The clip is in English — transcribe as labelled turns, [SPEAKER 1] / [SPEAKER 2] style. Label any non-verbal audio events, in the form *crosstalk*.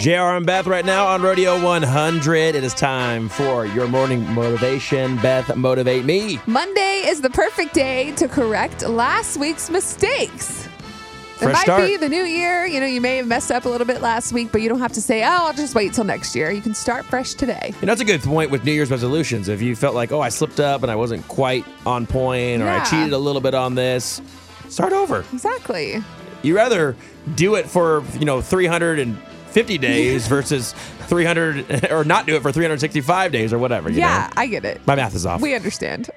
[SPEAKER 1] JR and Beth right now on Rodeo 100. It is time for your morning motivation. Beth, motivate me.
[SPEAKER 2] Monday is the perfect day to correct last week's mistakes. it
[SPEAKER 1] Fresh
[SPEAKER 2] might
[SPEAKER 1] start.
[SPEAKER 2] be the new year. You know, you may have messed up a little bit last week, but you don't have to say, oh, I'll just wait till next year. You can start fresh today.
[SPEAKER 1] You know, that's a good point with New Year's resolutions. If you felt like, oh, I slipped up and I wasn't quite on point or I
[SPEAKER 2] Yeah.
[SPEAKER 1] cheated a little bit on this, start over.
[SPEAKER 2] Exactly.
[SPEAKER 1] You rather do it for, you know,
[SPEAKER 2] *laughs*
[SPEAKER 1] 350 days versus 300 or not do it for 365 days or whatever. You
[SPEAKER 2] yeah,
[SPEAKER 1] Know?
[SPEAKER 2] I get it.
[SPEAKER 1] My math is off.
[SPEAKER 2] We understand.